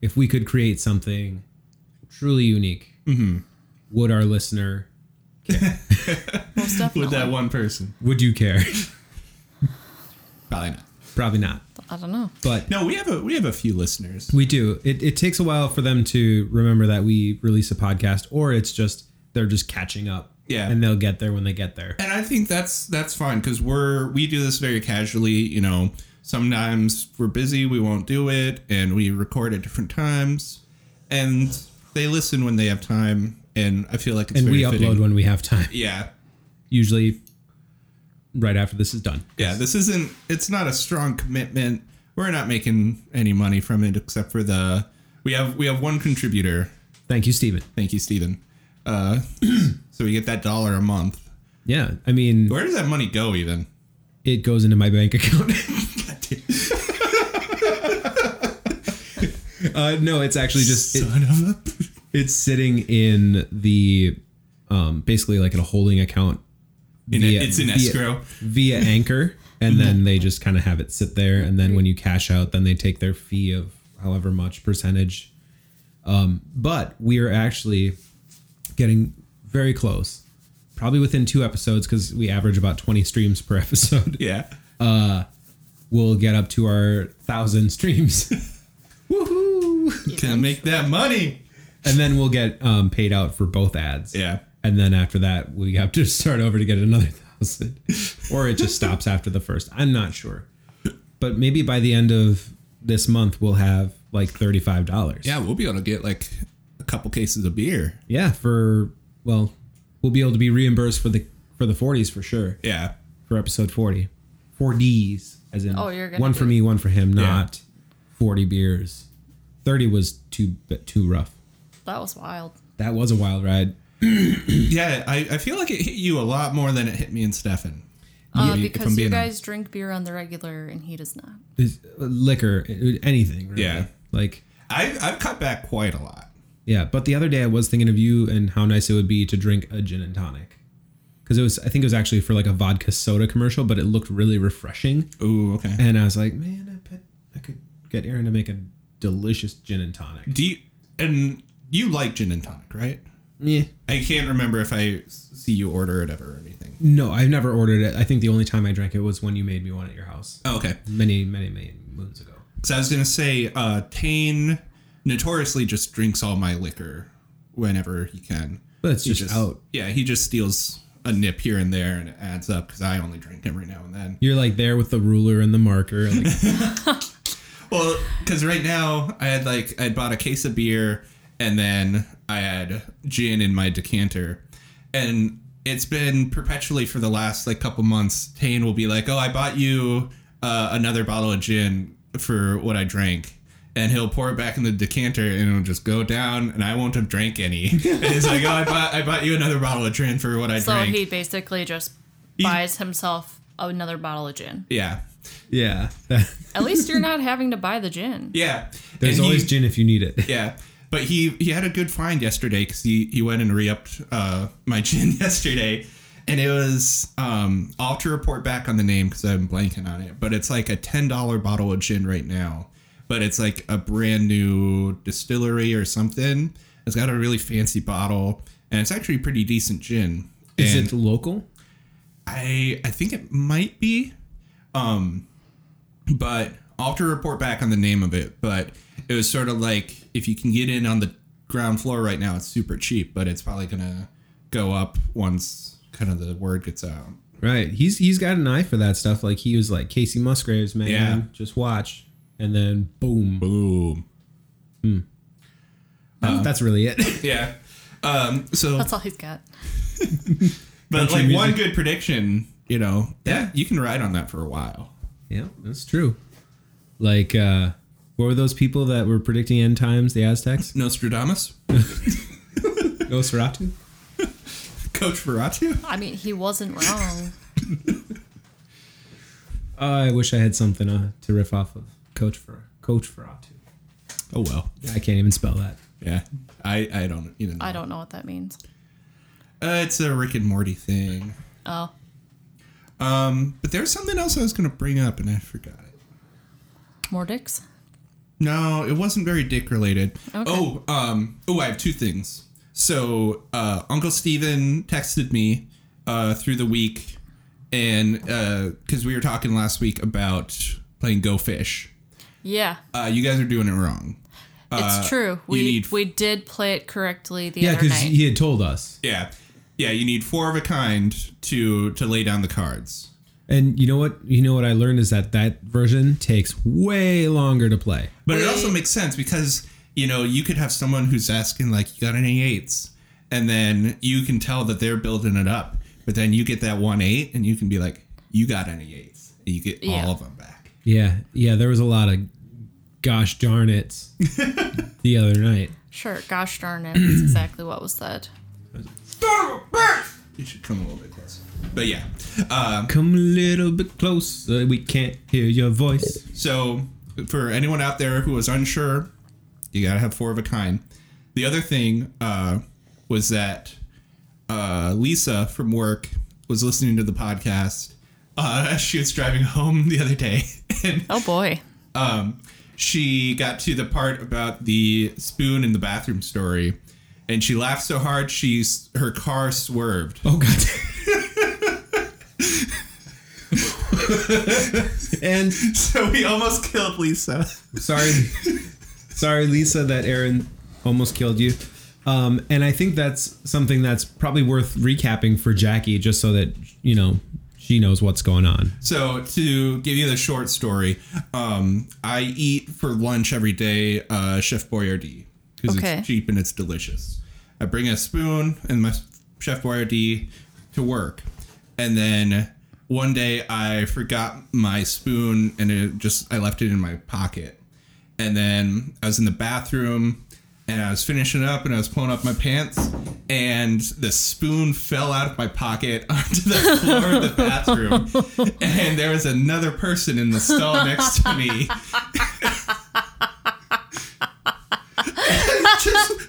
Speaker 1: if we could create something truly unique,
Speaker 2: Mm-hmm.
Speaker 1: would our listener
Speaker 3: most definitely.
Speaker 2: with that one person,
Speaker 1: would you care?
Speaker 2: probably not.
Speaker 1: Probably not.
Speaker 3: I don't know.
Speaker 1: But
Speaker 2: No, we have a we have a few listeners.
Speaker 1: we do. It, it takes a while for them to remember that we release a podcast, or it's just they're just catching up.
Speaker 2: Yeah.
Speaker 1: And they'll get there when they get there.
Speaker 2: and I think that's that's fine because we're we do this very casually. You know, sometimes we're busy, we won't do it, and we record at different times, and they listen when they have time. And I feel like it's
Speaker 1: And
Speaker 2: very
Speaker 1: we
Speaker 2: fitting.
Speaker 1: upload when we have time.
Speaker 2: Yeah,
Speaker 1: usually right after this is done.
Speaker 2: yeah. This isn't. It's not a strong commitment. We're not making any money from it except for the we have we have one contributor.
Speaker 1: Thank you, Steven.
Speaker 2: Thank you, Stephen. Uh, so we get that dollar a month.
Speaker 1: Yeah, I mean,
Speaker 2: Where does that money go? Even
Speaker 1: it goes into my bank account. uh, no, it's actually just it-
Speaker 2: of a
Speaker 1: it's sitting in the um, basically like in a holding account.
Speaker 2: In a-
Speaker 1: via-
Speaker 2: it's in
Speaker 1: via-
Speaker 2: escrow.
Speaker 1: via Anchor, and then they just kind of have it sit there. And then when you cash out, then they take their fee of however much percentage. Um, but we are actually getting very close, probably within two episodes, because we average about twenty streams per episode.
Speaker 2: Yeah.
Speaker 1: We'll get up to our thousand streams. Woohoo!
Speaker 2: Can make that money.
Speaker 1: And then we'll get um, paid out for both ads.
Speaker 2: Yeah.
Speaker 1: And then after that, we have to start over to get another thousand, or it just stops after the first. I'm not sure, but maybe by the end of this month we'll have like thirty five dollars.
Speaker 2: Yeah, we'll be able to get like a couple cases of beer.
Speaker 1: yeah. For well, we'll be able to be reimbursed for the for the forties for sure
Speaker 2: Yeah.
Speaker 1: for episode forty. Four Ds as in
Speaker 3: Oh, you're gonna
Speaker 1: one for
Speaker 3: do-
Speaker 1: me, one for him. Not forty beers. Thirty was too too rough.
Speaker 3: That was wild.
Speaker 1: That was a wild ride.
Speaker 2: Yeah, I, I feel like it hit you a lot more than it hit me and Stefan.
Speaker 3: Uh,
Speaker 2: Maybe if I'm
Speaker 3: because you
Speaker 2: being
Speaker 3: guys drink beer on the regular and he does not.
Speaker 1: Is- uh, Liquor, anything. Really.
Speaker 2: Yeah.
Speaker 1: Like
Speaker 2: I, I've cut back quite a lot.
Speaker 1: Yeah, but the other day I was thinking of you and how nice it would be to drink a gin and tonic. Cause it was, I think it was actually for like a vodka soda commercial, but it looked really refreshing.
Speaker 2: Ooh, okay.
Speaker 1: And I was like, man, I bet I could get Aaron to make a delicious gin and tonic.
Speaker 2: Do you, and you like gin and tonic, right?
Speaker 1: Yeah.
Speaker 2: I can't remember if I s- see you order it ever or anything.
Speaker 1: No, I've never ordered it. I think the only time I drank it was when you made me one at your house
Speaker 2: Oh, okay.
Speaker 1: many, many, many moons ago.
Speaker 2: Because I was going to say, uh, Tane notoriously just drinks all my liquor whenever he can.
Speaker 1: But it's
Speaker 2: He
Speaker 1: just, out.
Speaker 2: Yeah, he just steals a nip here and there and it adds up because I only drink every now and then.
Speaker 1: You're like there with the ruler and the marker. Like,
Speaker 2: Well, because right now I had like I bought a case of beer and then I had gin in my decanter, and it's been perpetually for the last like couple months. Tane will be like, "Oh, I bought you uh, another bottle of gin for what I drank." And he'll pour it back in the decanter, and it'll just go down, and I won't have drank any. and it's like, oh, I bought, I bought you another bottle of gin for what I
Speaker 3: So
Speaker 2: drank.
Speaker 3: he basically just buys himself another bottle of gin.
Speaker 2: yeah,
Speaker 1: yeah.
Speaker 3: At least you're not having to buy the gin.
Speaker 2: yeah.
Speaker 1: There's
Speaker 2: And he-
Speaker 1: always gin if you need it.
Speaker 2: Yeah, but he he had a good find yesterday because he he went and re-upped uh, my gin yesterday, and it was um I'll have to report back on the name because I'm blanking on it, but it's like a ten dollar bottle of gin right now, but it's like a brand new distillery or something. It's got a really fancy bottle, and it's actually pretty decent gin.
Speaker 1: Is
Speaker 2: And-
Speaker 1: it local?
Speaker 2: I I think it might be, um, but I'll have to report back on the name of it. But it was sort of like if you can get in on the ground floor right now, it's super cheap, but it's probably gonna go up once kind of the word gets out.
Speaker 1: Right. He's he's got an eye for that stuff. Like he was like Casey Musgraves, man.
Speaker 2: Yeah.
Speaker 1: Just watch, and then boom.
Speaker 2: Boom.
Speaker 1: Oh, That's really it.
Speaker 2: Yeah. Um. So,
Speaker 3: That's all he's got.
Speaker 2: but like
Speaker 1: country
Speaker 2: one
Speaker 1: music.
Speaker 2: good prediction, you know, that you can ride on that for a while.
Speaker 1: yeah, that's true. Like, uh, what were those people that were predicting end times? The Aztecs?
Speaker 2: Nostradamus,
Speaker 1: Nosferatu?
Speaker 2: Coach Veratu.
Speaker 3: I mean, he wasn't wrong.
Speaker 1: I wish I had something uh, to riff off of. Coach for Coach Ferratu.
Speaker 2: Oh well.
Speaker 1: I can't even spell that.
Speaker 2: Yeah. I I don't even. Know.
Speaker 3: I don't know what that means.
Speaker 2: Uh, it's a Rick and Morty thing.
Speaker 3: Oh,
Speaker 2: Um, but there's something else I was gonna bring up and I forgot it.
Speaker 3: Mordix?
Speaker 2: No, it wasn't very dick related.
Speaker 3: Okay.
Speaker 2: Oh, um, oh, I have two things. So, uh, Uncle Steven texted me uh, through the week, and because we were talking last week about playing Go Fish,
Speaker 3: Yeah,
Speaker 2: uh, you guys are doing it wrong.
Speaker 3: it's true. We
Speaker 2: Uh, need-
Speaker 3: we did play it correctly the
Speaker 1: Yeah,
Speaker 3: other
Speaker 1: because
Speaker 3: night.
Speaker 1: he had told us.
Speaker 2: Yeah, yeah, you need four of a kind to to lay down the cards.
Speaker 1: And you know what? You know what I learned is that that version takes way longer to play.
Speaker 2: But it also makes sense because you know you could have someone who's asking like, "You got any eights? and then you can tell that they're building it up. But then you get that one eight, and you can be like, "You got any eights? and you get
Speaker 3: Yeah.
Speaker 2: all of them back.
Speaker 1: Yeah, yeah, there was a lot of gosh darn it the other night.
Speaker 3: Sure, gosh darn it, that's exactly what was said.
Speaker 2: You should come a little bit closer. But yeah, um,
Speaker 1: Come a little bit closer, we can't hear your voice.
Speaker 2: so for anyone out there who was unsure, you gotta have four of a kind. The other thing uh, was that uh, Lisa from work was listening to the podcast. Uh, as she was driving home the other day, and
Speaker 3: Oh boy.
Speaker 2: um, she got to the part about the spoon in the bathroom story, and she laughed so hard she's her car swerved.
Speaker 1: Oh god. and
Speaker 2: So we almost killed Lisa.
Speaker 1: sorry, sorry, Lisa, that Aaron almost killed you. Um, and I think that's something that's probably worth recapping for Jackie, just so that you know She knows what's going on.
Speaker 2: So to give you the short story, um, I eat for lunch every day uh, Chef Boyardee because
Speaker 3: Okay.
Speaker 2: it's cheap and it's delicious. I bring a spoon and my Chef Boyardee to work, and then one day I forgot my spoon and it just I left it in my pocket, and then I was in the bathroom and I was finishing up and I was pulling up my pants and the spoon fell out of my pocket onto the floor of the bathroom and there was another person in the stall next to me. Just-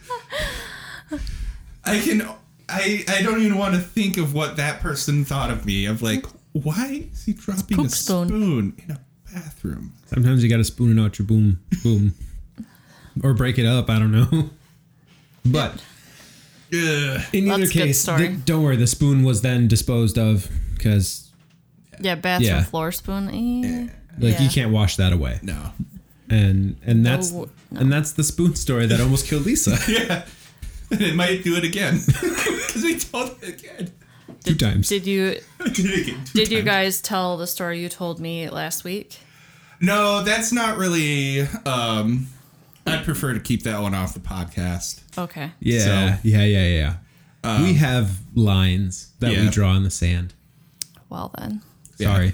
Speaker 2: I can I I don't even want to think of what that person thought of me of like why is he dropping a
Speaker 3: poop spoon.
Speaker 2: spoon in a bathroom?
Speaker 1: Sometimes you got to spoon it out your boom, boom, or break it up. I don't know. But in
Speaker 2: Ugh.
Speaker 3: That's
Speaker 1: either
Speaker 3: a good
Speaker 1: case,
Speaker 3: story.
Speaker 1: th- don't worry. The spoon was then disposed of because
Speaker 3: Yeah, bathroom
Speaker 1: Yeah.
Speaker 3: floor spoon. eh.
Speaker 1: like
Speaker 3: Yeah.
Speaker 1: you can't wash that away.
Speaker 2: No.
Speaker 1: And and that's
Speaker 3: No,
Speaker 1: and that's the spoon story that almost killed Lisa
Speaker 2: It might do it again because we told it again.
Speaker 1: two times.
Speaker 3: Did you
Speaker 2: I did it again.
Speaker 3: did you guys tell the story you told me last week?
Speaker 2: No, that's not really. Um, I'd prefer to keep that one off the podcast.
Speaker 3: Okay.
Speaker 1: Yeah, yeah, yeah, yeah. we have lines that we
Speaker 2: Um, yeah.
Speaker 1: draw in the sand.
Speaker 3: Well then.
Speaker 2: Yeah.
Speaker 1: Sorry,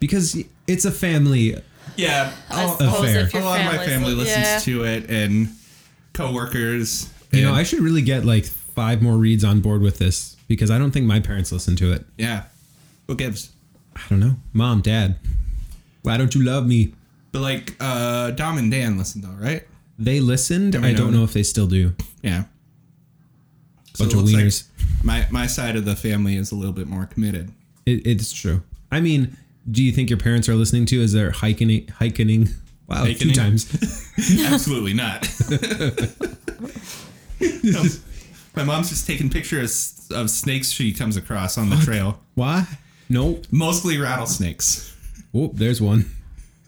Speaker 1: because it's a family.
Speaker 2: Yeah,
Speaker 3: I
Speaker 2: I'll-
Speaker 3: suppose
Speaker 1: fair.
Speaker 3: if
Speaker 2: Oh, a
Speaker 3: your
Speaker 2: lot of my
Speaker 3: family's-
Speaker 2: family listens
Speaker 3: yeah.
Speaker 2: to it and coworkers.
Speaker 1: You know,
Speaker 2: and-
Speaker 1: I should really get like five more reads on board with this because I don't think my parents listen to it.
Speaker 2: yeah. Who gives?
Speaker 1: I don't know. Mom, dad, why don't you love me?
Speaker 2: But like, uh, Dom and Dan listen though, right?
Speaker 1: They listened.
Speaker 2: Never
Speaker 1: I don't
Speaker 2: known.
Speaker 1: know if they still do.
Speaker 2: Yeah. So
Speaker 1: Bunch
Speaker 2: it
Speaker 1: of
Speaker 2: looks like
Speaker 1: wieners.
Speaker 2: my my side of the family is a little bit more committed.
Speaker 1: It, it's true. I mean, do you think your parents are listening to? Is there hiking? Hiking? Wow, two
Speaker 2: Hiking?
Speaker 1: times.
Speaker 2: Absolutely not. No. My mom's just taking pictures of snakes she comes across on the trail,
Speaker 1: Why? Nope.
Speaker 2: mostly rattlesnakes.
Speaker 1: Oh, there's one.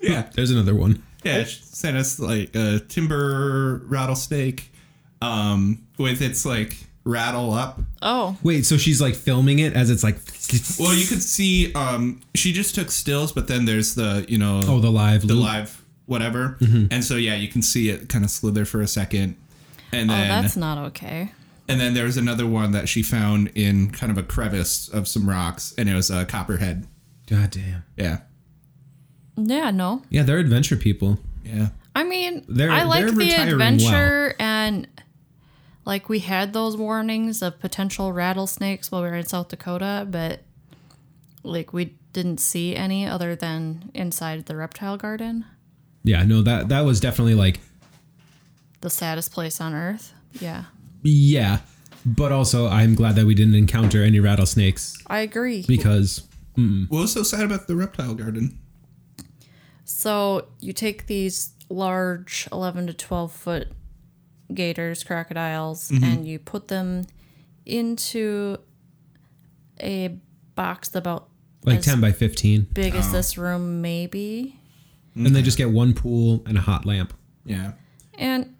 Speaker 2: Yeah,
Speaker 1: There's another one.
Speaker 2: yeah. She sent us like a timber rattlesnake, um, with its like rattle up.
Speaker 3: Oh.
Speaker 1: Wait, so she's like filming it as it's like.
Speaker 2: Well, you could see. Um, she just took stills, but then there's the you know
Speaker 1: oh, the live.
Speaker 2: the
Speaker 1: loop. Mm-hmm.
Speaker 2: live whatever, and so yeah, you can see it kind of slither for a second, and
Speaker 3: Oh,
Speaker 2: then
Speaker 3: that's not okay.
Speaker 2: And then there was another one that she found in kind of a crevice of some rocks, and it was a copperhead.
Speaker 1: God damn.
Speaker 2: Yeah.
Speaker 3: Yeah, no.
Speaker 1: Yeah, they're adventure people.
Speaker 2: Yeah.
Speaker 3: I mean,
Speaker 1: They're-
Speaker 3: I
Speaker 1: they're
Speaker 3: like the
Speaker 1: retiring
Speaker 3: adventure and like we had those warnings of potential rattlesnakes while we were in South Dakota, but like we didn't see any other than inside the reptile garden,
Speaker 1: Yeah, no, that that was definitely like
Speaker 3: the saddest place on earth. Yeah.
Speaker 1: yeah, but also I'm glad that we didn't encounter any rattlesnakes
Speaker 3: I agree.
Speaker 1: because Hmm.
Speaker 2: What was so sad about the reptile garden?
Speaker 3: So you take these large 11 to 12 foot gators, crocodiles, and you put them into a box about
Speaker 1: like
Speaker 3: as
Speaker 1: ten by fifteen,
Speaker 3: big as this room, maybe.
Speaker 1: and
Speaker 2: Mm-hmm.
Speaker 1: they just get one pool and a hot lamp.
Speaker 2: Yeah.
Speaker 3: And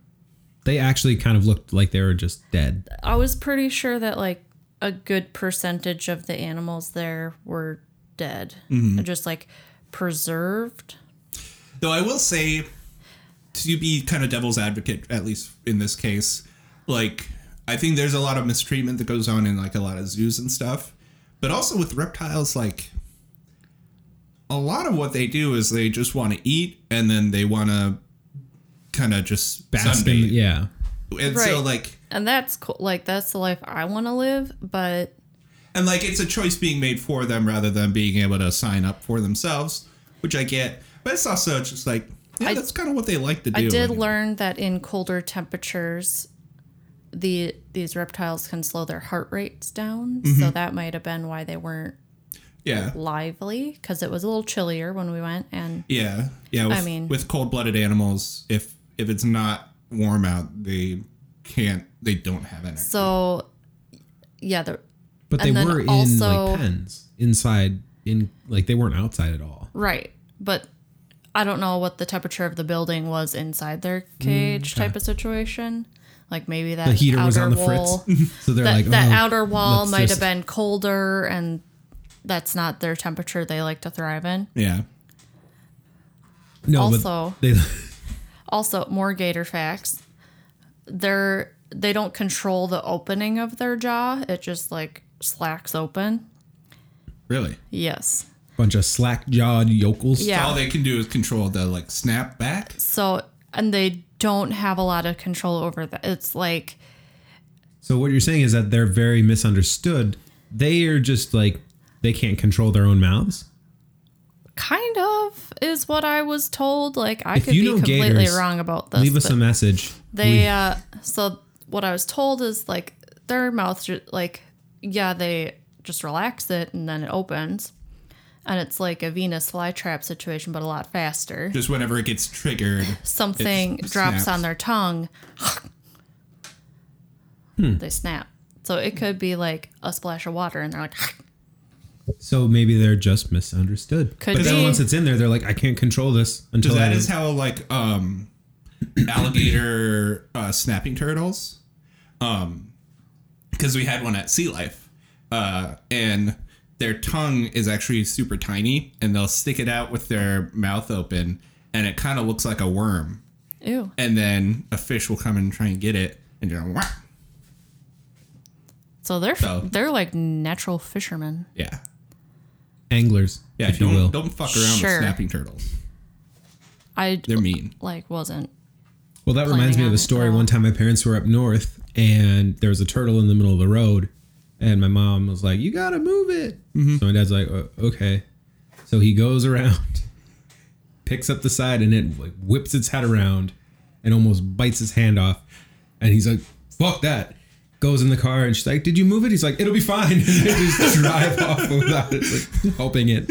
Speaker 1: They actually kind of looked like they were just dead.
Speaker 3: I was pretty sure that like a good percentage of the animals there were dead, just like preserved.
Speaker 2: Though I will say, to be kind of devil's advocate, at least in this case, like, I think there's a lot of mistreatment that goes on in, like, a lot of zoos and stuff. But also with reptiles, like, a lot of what they do is they just want to eat and then they want to kind of just
Speaker 1: Bask in-
Speaker 2: sunbathe.
Speaker 1: yeah,
Speaker 2: And so,
Speaker 3: Right.
Speaker 2: like,
Speaker 3: And that's cool. Like, that's the life I want to live, but
Speaker 2: And like it's a choice being made for them rather than being able to sign up for themselves, which I get. But it's also just like yeah,
Speaker 3: I-
Speaker 2: that's kind of what they like to do.
Speaker 3: I did
Speaker 2: anyway.
Speaker 3: learn that in colder temperatures, the these reptiles can slow their heart rates down.
Speaker 1: Mm-hmm.
Speaker 3: So that might have been why they weren't
Speaker 2: Yeah.
Speaker 3: lively because it was a little chillier when we went. And
Speaker 2: Yeah. Yeah. With,
Speaker 3: I mean-
Speaker 2: with cold-blooded animals, if if it's not warm out, they can't. They don't have energy.
Speaker 3: so, yeah, the,
Speaker 1: but
Speaker 3: And
Speaker 1: they
Speaker 3: then
Speaker 1: were in
Speaker 3: also-
Speaker 1: like pens inside in like they weren't outside at all.
Speaker 3: right. But I don't know what the temperature of the building was inside their cage type of situation. Like maybe that
Speaker 1: Mm, The heater
Speaker 3: outer
Speaker 1: was on the
Speaker 3: wall,
Speaker 1: fritz, so they're
Speaker 3: that,
Speaker 1: like
Speaker 3: that
Speaker 1: "Oh,
Speaker 3: outer wall
Speaker 1: let's
Speaker 3: might
Speaker 1: just-
Speaker 3: have been colder and that's not their temperature they like to thrive in.
Speaker 2: Yeah.
Speaker 1: No, but
Speaker 3: Also-
Speaker 1: they,
Speaker 3: Also, more gator facts. They're they don't control the opening of their jaw. It just like slacks open.
Speaker 2: Really?
Speaker 3: Yes.
Speaker 1: bunch of slack jawed yokels.
Speaker 3: Yeah.
Speaker 2: All they can do is control the like snap back.
Speaker 3: So and they don't have a lot of control over that. It's like
Speaker 1: So what you're saying is that they're very misunderstood. They are just like they can't control their own mouths.
Speaker 3: kind of is what I was told. Like I
Speaker 1: If
Speaker 3: could
Speaker 1: you
Speaker 3: be
Speaker 1: know
Speaker 3: completely
Speaker 1: gators,
Speaker 3: wrong about this.
Speaker 1: Leave us
Speaker 3: but-
Speaker 1: a message.
Speaker 3: They uh so what I was told is like their mouth ju- like yeah, they just relax it and then it opens. And it's like a Venus flytrap situation but a lot faster.
Speaker 2: Just whenever it gets triggered.
Speaker 3: Something
Speaker 2: It
Speaker 3: drops
Speaker 2: snaps.
Speaker 3: on their tongue.
Speaker 2: Hmm.
Speaker 3: They snap. So it could be like a splash of water and they're like
Speaker 1: So maybe they're just misunderstood.
Speaker 3: Could
Speaker 1: but then
Speaker 3: be.
Speaker 1: once it's in there, they're like, I can't control this until
Speaker 2: So that
Speaker 1: I-
Speaker 2: is how like um alligator uh snapping turtles. Um because we had one at Sea Life. Uh and their tongue is actually super tiny and they'll stick it out with their mouth open and it kind of looks like a worm.
Speaker 3: ew.
Speaker 2: And then a fish will come and try and get it and you're like, "Wah."
Speaker 3: So they're
Speaker 2: So-
Speaker 3: they're like natural fishermen.
Speaker 2: yeah.
Speaker 1: anglers,
Speaker 2: Yeah,
Speaker 1: if you
Speaker 2: don't
Speaker 1: will.
Speaker 2: don't fuck around
Speaker 3: Sure.
Speaker 2: with snapping turtles.
Speaker 3: I d-
Speaker 2: They're mean.
Speaker 3: like wasn't
Speaker 1: Well, that reminds me of
Speaker 3: planning on
Speaker 1: a
Speaker 3: it
Speaker 1: story.
Speaker 3: at all.
Speaker 1: One time, my parents were up north, and there was a turtle in the middle of the road, and my mom was like, "You gotta move it."
Speaker 2: Mm-hmm.
Speaker 1: So my dad's like, "Uh, "Okay," so he goes around, picks up the side, and it like, whips its head around, and almost bites his hand off, and he's like, "Fuck that." Goes in the car and she's like, "Did you move it?" He's like, "It'll be fine." And they just drive off without it, like, helping it.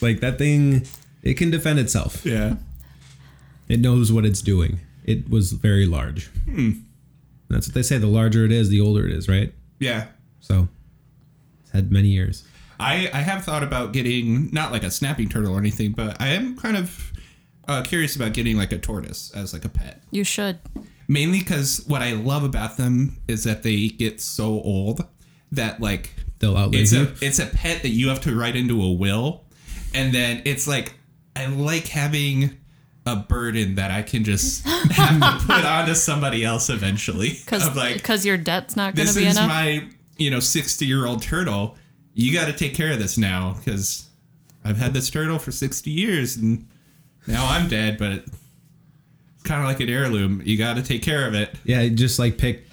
Speaker 1: Like that thing, it can defend itself.
Speaker 2: Yeah.
Speaker 1: It knows what it's doing. It was very large.
Speaker 2: Hmm.
Speaker 1: That's what they say. The larger it is, the older it is, right?
Speaker 2: Yeah.
Speaker 1: So it's had many years.
Speaker 2: I, I have thought about getting not like a snapping turtle or anything, but I am kind of uh, curious about getting like a tortoise as like a pet.
Speaker 3: you should.
Speaker 2: Mainly because what I love about them is that they get so old that like
Speaker 1: They'll outlive
Speaker 2: it's
Speaker 1: you.
Speaker 2: a it's a pet that you have to write into a will, and then it's like I like having a burden that I can just have to put onto somebody else eventually.
Speaker 3: Because
Speaker 2: Of, like
Speaker 3: your debt's not going to
Speaker 2: this
Speaker 3: be
Speaker 2: is
Speaker 3: enough.
Speaker 2: my you know 60 year old turtle you got to take care of this now because i've had this turtle for 60 years and now i'm dead but it's kind of like an heirloom you got to take care of it
Speaker 1: Yeah, just like pick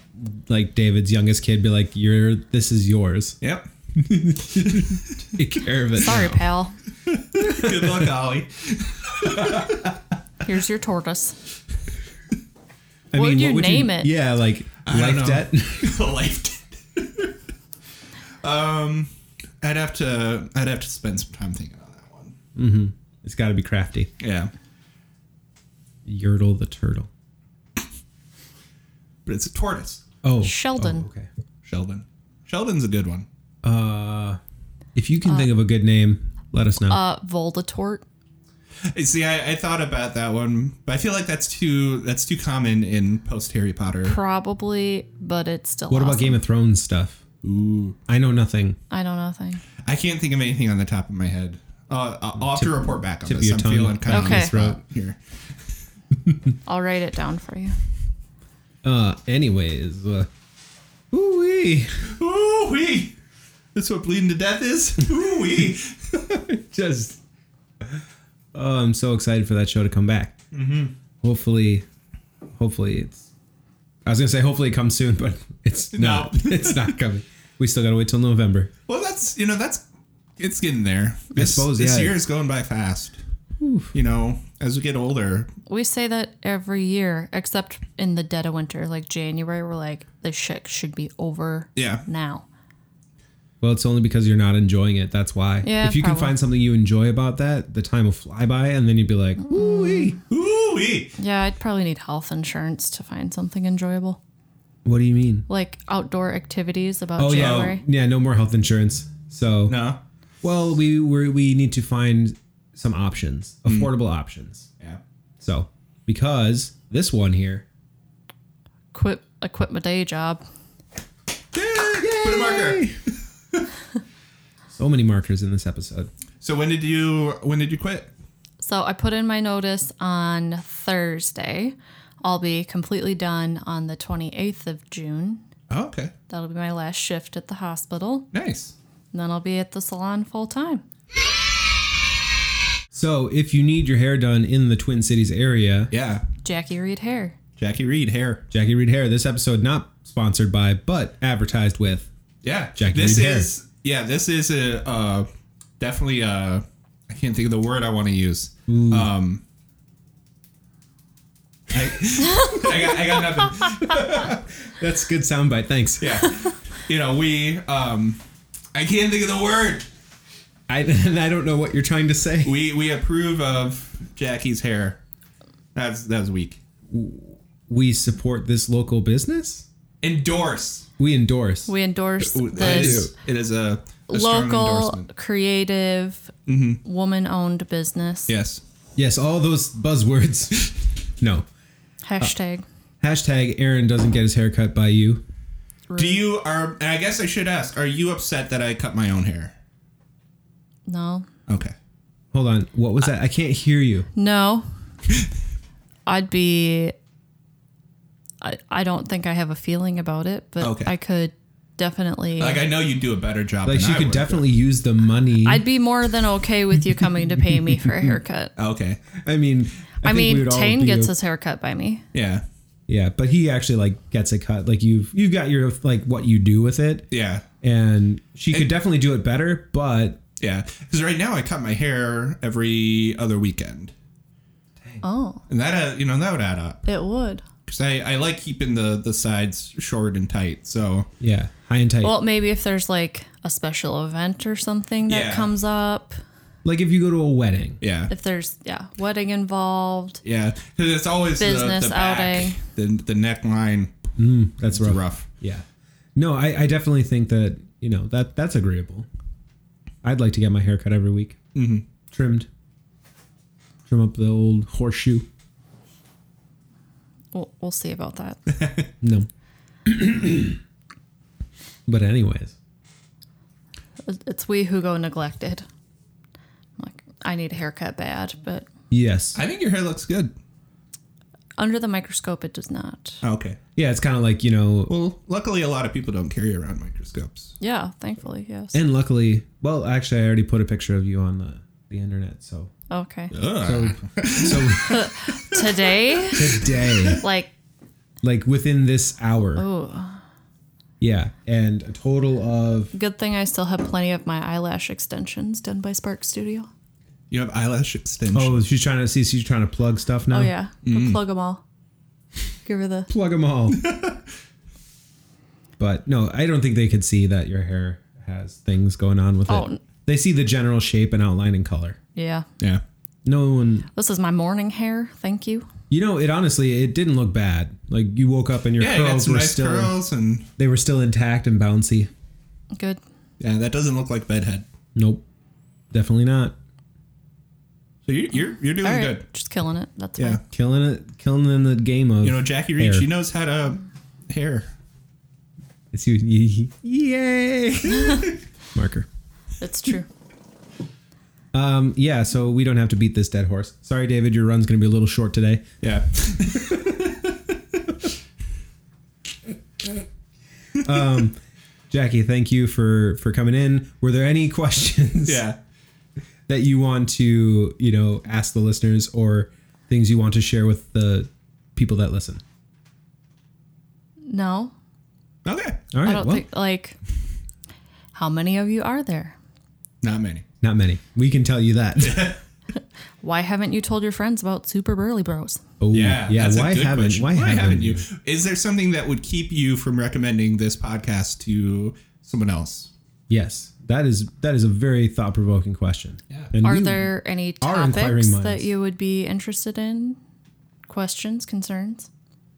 Speaker 1: like David's youngest kid, be like, "You're this is yours.
Speaker 2: yep
Speaker 1: Take care of it."
Speaker 3: Sorry, pal.
Speaker 2: good luck ollie
Speaker 3: Here's your tortoise.
Speaker 1: I
Speaker 3: What would you name it?
Speaker 1: Yeah, like
Speaker 2: don't
Speaker 1: life
Speaker 2: know.
Speaker 1: debt.
Speaker 2: life debt. um i'd have to i'd have to spend some time thinking on that one
Speaker 1: it's got to be crafty.
Speaker 2: yeah
Speaker 1: Yertle the turtle.
Speaker 2: but it's a tortoise
Speaker 1: Oh,
Speaker 3: Sheldon.
Speaker 1: oh, okay.
Speaker 2: sheldon sheldon's a good one
Speaker 1: If you can think of a good name, let us know.
Speaker 3: Uh, Voldetort.
Speaker 2: You See, I, I thought about that one, but I feel like that's too that's too common in post Harry Potter.
Speaker 3: Probably, but it's still.
Speaker 1: what about
Speaker 3: awesome.
Speaker 1: Game of Thrones stuff? Ooh, I know nothing.
Speaker 3: I don't know thing.
Speaker 2: I can't think of anything on the top of my head. Uh, I'll I'll have to report back on
Speaker 1: tip of
Speaker 2: this.
Speaker 1: your
Speaker 2: I'm
Speaker 1: tongue.
Speaker 2: feeling kind of
Speaker 3: Okay.
Speaker 2: okay. throat here.
Speaker 3: I'll write it down for you.
Speaker 1: Uh, anyways, uh, ooh
Speaker 2: Ooh wee! That's what bleeding to death is. Ooh wee!
Speaker 1: just oh, I'm so excited for that show to come back. Mm-hmm. Hopefully, hopefully it's. I was gonna say hopefully it comes soon, but it's not. it's not coming. We still gotta wait till November.
Speaker 2: well, that's you know that's it's getting there. This,
Speaker 1: suppose,
Speaker 2: this
Speaker 1: yeah.
Speaker 2: year is going by fast. You know, as we get older,
Speaker 3: We say that every year, except in the dead of winter, like January. We're like, this shit should be over
Speaker 2: yeah,
Speaker 3: now.
Speaker 1: Well, it's only because you're not enjoying it. That's why.
Speaker 3: Yeah,
Speaker 1: if you can
Speaker 3: probably.
Speaker 1: find something you enjoy about that, the time will fly by, and then you'd be like,
Speaker 3: Mm-hmm.
Speaker 1: ooh wee.
Speaker 2: ooh wee!
Speaker 3: Yeah, I'd probably need health insurance to find something enjoyable,
Speaker 1: What do you mean?
Speaker 3: like outdoor activities about
Speaker 1: Oh yeah,
Speaker 3: January.
Speaker 1: yeah. No more health insurance. So
Speaker 2: No,
Speaker 1: well, we we we need to find some options, affordable options.
Speaker 2: yeah,
Speaker 1: So, because this one here,
Speaker 3: Quit. I quit my day job.
Speaker 2: Yay! Put a marker.
Speaker 1: So many markers in this episode.
Speaker 2: So when did you when did you quit?
Speaker 3: So I put in my notice on Thursday. I'll be completely done on the 28th of June.
Speaker 2: Oh, okay.
Speaker 3: That'll be my last shift at the hospital.
Speaker 2: Nice.
Speaker 3: And then I'll be at the salon full time.
Speaker 1: So if you need your hair done in the Twin Cities area,
Speaker 2: Yeah.
Speaker 3: Jackie Reed Hair.
Speaker 2: Jackie Reed hair.
Speaker 1: Jackie Reed Hair. This episode not sponsored by, but advertised with.
Speaker 2: Yeah.
Speaker 1: Jackie
Speaker 2: this
Speaker 1: Reed hair.
Speaker 2: is yeah, this is a uh definitely uh I can't think of the word I want to use.
Speaker 1: Hmm.
Speaker 2: Um I, I, got, I got nothing.
Speaker 1: That's a good soundbite. Thanks.
Speaker 2: yeah you know we um i can't think of the word
Speaker 1: I and I don't know what you're trying to say.
Speaker 2: we we approve of jackie's hair that's that's weak
Speaker 1: We support this local business.
Speaker 2: endorse
Speaker 1: We endorse.
Speaker 3: We endorse
Speaker 2: That
Speaker 3: this
Speaker 2: is- it is a, a strong
Speaker 3: local,
Speaker 2: endorsement Mm-hmm.
Speaker 3: creative, woman owned business.
Speaker 2: yes
Speaker 1: yes, all those buzzwords. no.
Speaker 2: Uh.
Speaker 3: Hashtag.
Speaker 1: Hashtag Aaron doesn't get his hair cut by you.
Speaker 2: do you are and i guess i should ask are you upset that i cut my own hair
Speaker 3: No.
Speaker 2: okay
Speaker 1: Hold on. What was that? I can't hear you.
Speaker 3: No. I'd be. I, I don't think I have a feeling about it, but
Speaker 2: Okay.
Speaker 3: I could definitely.
Speaker 2: like i know you do a better job
Speaker 1: Like
Speaker 2: than
Speaker 1: she
Speaker 2: I
Speaker 1: could
Speaker 2: would.
Speaker 1: definitely use the money.
Speaker 3: I'd be more than okay with you coming to pay me for a haircut.
Speaker 2: Oh, okay
Speaker 1: I mean,
Speaker 3: I,
Speaker 1: think we
Speaker 3: mean,
Speaker 1: would all
Speaker 3: Tane
Speaker 1: be
Speaker 3: gets
Speaker 1: o-
Speaker 3: his haircut by me.
Speaker 2: yeah
Speaker 1: Yeah, but he actually like gets a cut. Like you've you've got your like what you do with it,
Speaker 2: yeah
Speaker 1: and she could definitely do it better. But
Speaker 2: yeah because right now i cut my hair every other weekend
Speaker 3: Oh,
Speaker 2: and that uh, you know that would add up
Speaker 3: it would.
Speaker 2: because I, I like keeping the the sides short and tight. So
Speaker 1: yeah, high and tight.
Speaker 3: Well, maybe if there's like a special event or something that
Speaker 2: Yeah.
Speaker 3: comes up,
Speaker 1: like if you go to a wedding,
Speaker 2: yeah,
Speaker 3: if there's yeah wedding involved,
Speaker 2: yeah, 'Cause it's always
Speaker 3: Business
Speaker 2: the, the back,
Speaker 3: outing.
Speaker 2: the the neckline
Speaker 1: that's
Speaker 2: is
Speaker 1: rough.
Speaker 2: rough.
Speaker 1: Yeah. No, I, I definitely think that you know that that's agreeable. I'd like to get my hair cut every week, mm-hmm. trimmed, trim up the old horseshoe.
Speaker 3: we'll, we'll see about that.
Speaker 1: No. but anyways,
Speaker 3: it's we who go neglected. Like I need a haircut bad, but
Speaker 1: yes,
Speaker 2: I think your hair looks good.
Speaker 3: under the microscope it does not.
Speaker 2: Oh, Okay.
Speaker 1: yeah, it's kind of like you know,
Speaker 2: Well, luckily a lot of people don't carry around microscopes.
Speaker 3: Yeah, thankfully yes.
Speaker 1: and luckily, well, actually, I already put a picture of you on the the internet, so
Speaker 3: Okay,
Speaker 1: so so
Speaker 3: today
Speaker 1: today,
Speaker 3: like
Speaker 1: like within this hour,
Speaker 3: oh,
Speaker 1: yeah, and a total of
Speaker 3: good thing I still have plenty of my eyelash extensions done by Spark Studio.
Speaker 2: You have eyelash extension.
Speaker 1: oh, she's trying to see, she's trying to plug stuff now.
Speaker 3: Oh yeah, We'll plug them all. Give her the
Speaker 1: plug them all. but no, I don't think they could see that your hair has things going on with
Speaker 3: Oh.
Speaker 1: it. They see the general shape and outline and color.
Speaker 3: yeah.
Speaker 2: Yeah.
Speaker 1: No one,
Speaker 3: This is my morning hair. Thank you.
Speaker 1: you know, it honestly, it didn't look bad. Like you woke up and your
Speaker 2: Yeah, you got
Speaker 1: curls
Speaker 2: some
Speaker 1: were
Speaker 2: nice
Speaker 1: still,
Speaker 2: curls, and
Speaker 1: they were still intact and bouncy.
Speaker 3: Good.
Speaker 2: yeah, that doesn't look like bedhead.
Speaker 1: Nope, definitely not.
Speaker 2: So you're you're, you're doing
Speaker 3: All right,
Speaker 2: good.
Speaker 3: just killing it. That's
Speaker 2: Yeah.
Speaker 3: fine.
Speaker 1: Killing it, killing in the game of
Speaker 2: You know, Jackie Reed,
Speaker 1: Hair.
Speaker 2: she knows how to hair.
Speaker 1: it's you. Yay! Marker.
Speaker 3: It's true.
Speaker 1: Um, yeah, so we don't have to beat this dead horse. Sorry, David, your run's going to be a little short today.
Speaker 2: Yeah.
Speaker 1: Jackie, thank you for for coming in. Were there any questions
Speaker 2: Yeah.
Speaker 1: that you want to, you know, ask the listeners or things you want to share with the people that listen?
Speaker 3: No,
Speaker 2: Okay.
Speaker 1: All
Speaker 3: I
Speaker 1: right,
Speaker 3: don't
Speaker 1: well,
Speaker 3: think like how many of you are there?
Speaker 2: Not many.
Speaker 1: not many. We can tell you that.
Speaker 3: Why haven't you told your friends about Super Burly Bros?
Speaker 1: Oh,
Speaker 2: Yeah,
Speaker 1: yeah.
Speaker 2: that's a
Speaker 1: why
Speaker 2: good
Speaker 1: haven't
Speaker 2: question.
Speaker 1: why, haven't, you?
Speaker 2: Is there something that would keep you from recommending this podcast to someone else?
Speaker 1: Yes, that is that is a very thought provoking question.
Speaker 2: Yeah.
Speaker 1: And
Speaker 3: Are
Speaker 1: we-
Speaker 3: there
Speaker 1: are
Speaker 3: any
Speaker 1: inquiring
Speaker 3: topics that
Speaker 1: minds.
Speaker 3: you would be interested in? Questions, concerns?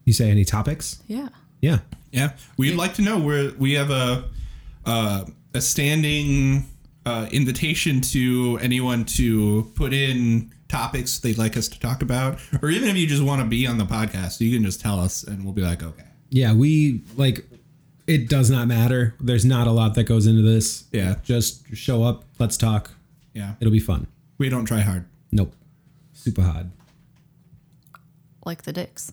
Speaker 1: You say any topics?
Speaker 3: Yeah.
Speaker 1: Yeah.
Speaker 2: Yeah, we'd like to know where we have a uh, a standing uh, invitation to anyone to put in topics they'd like us to talk about, or even if you just want to be on the podcast, you can just tell us, and we'll be like, okay,
Speaker 1: Yeah, we like it does not matter. There's not a lot that goes into this.
Speaker 2: Yeah.
Speaker 1: Just show up. Let's talk.
Speaker 2: Yeah.
Speaker 1: It'll be fun.
Speaker 2: We don't try hard.
Speaker 1: Nope. Super hard.
Speaker 3: like the dicks.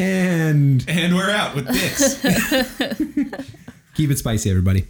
Speaker 1: And
Speaker 2: And we're out with this.
Speaker 1: keep it spicy, everybody.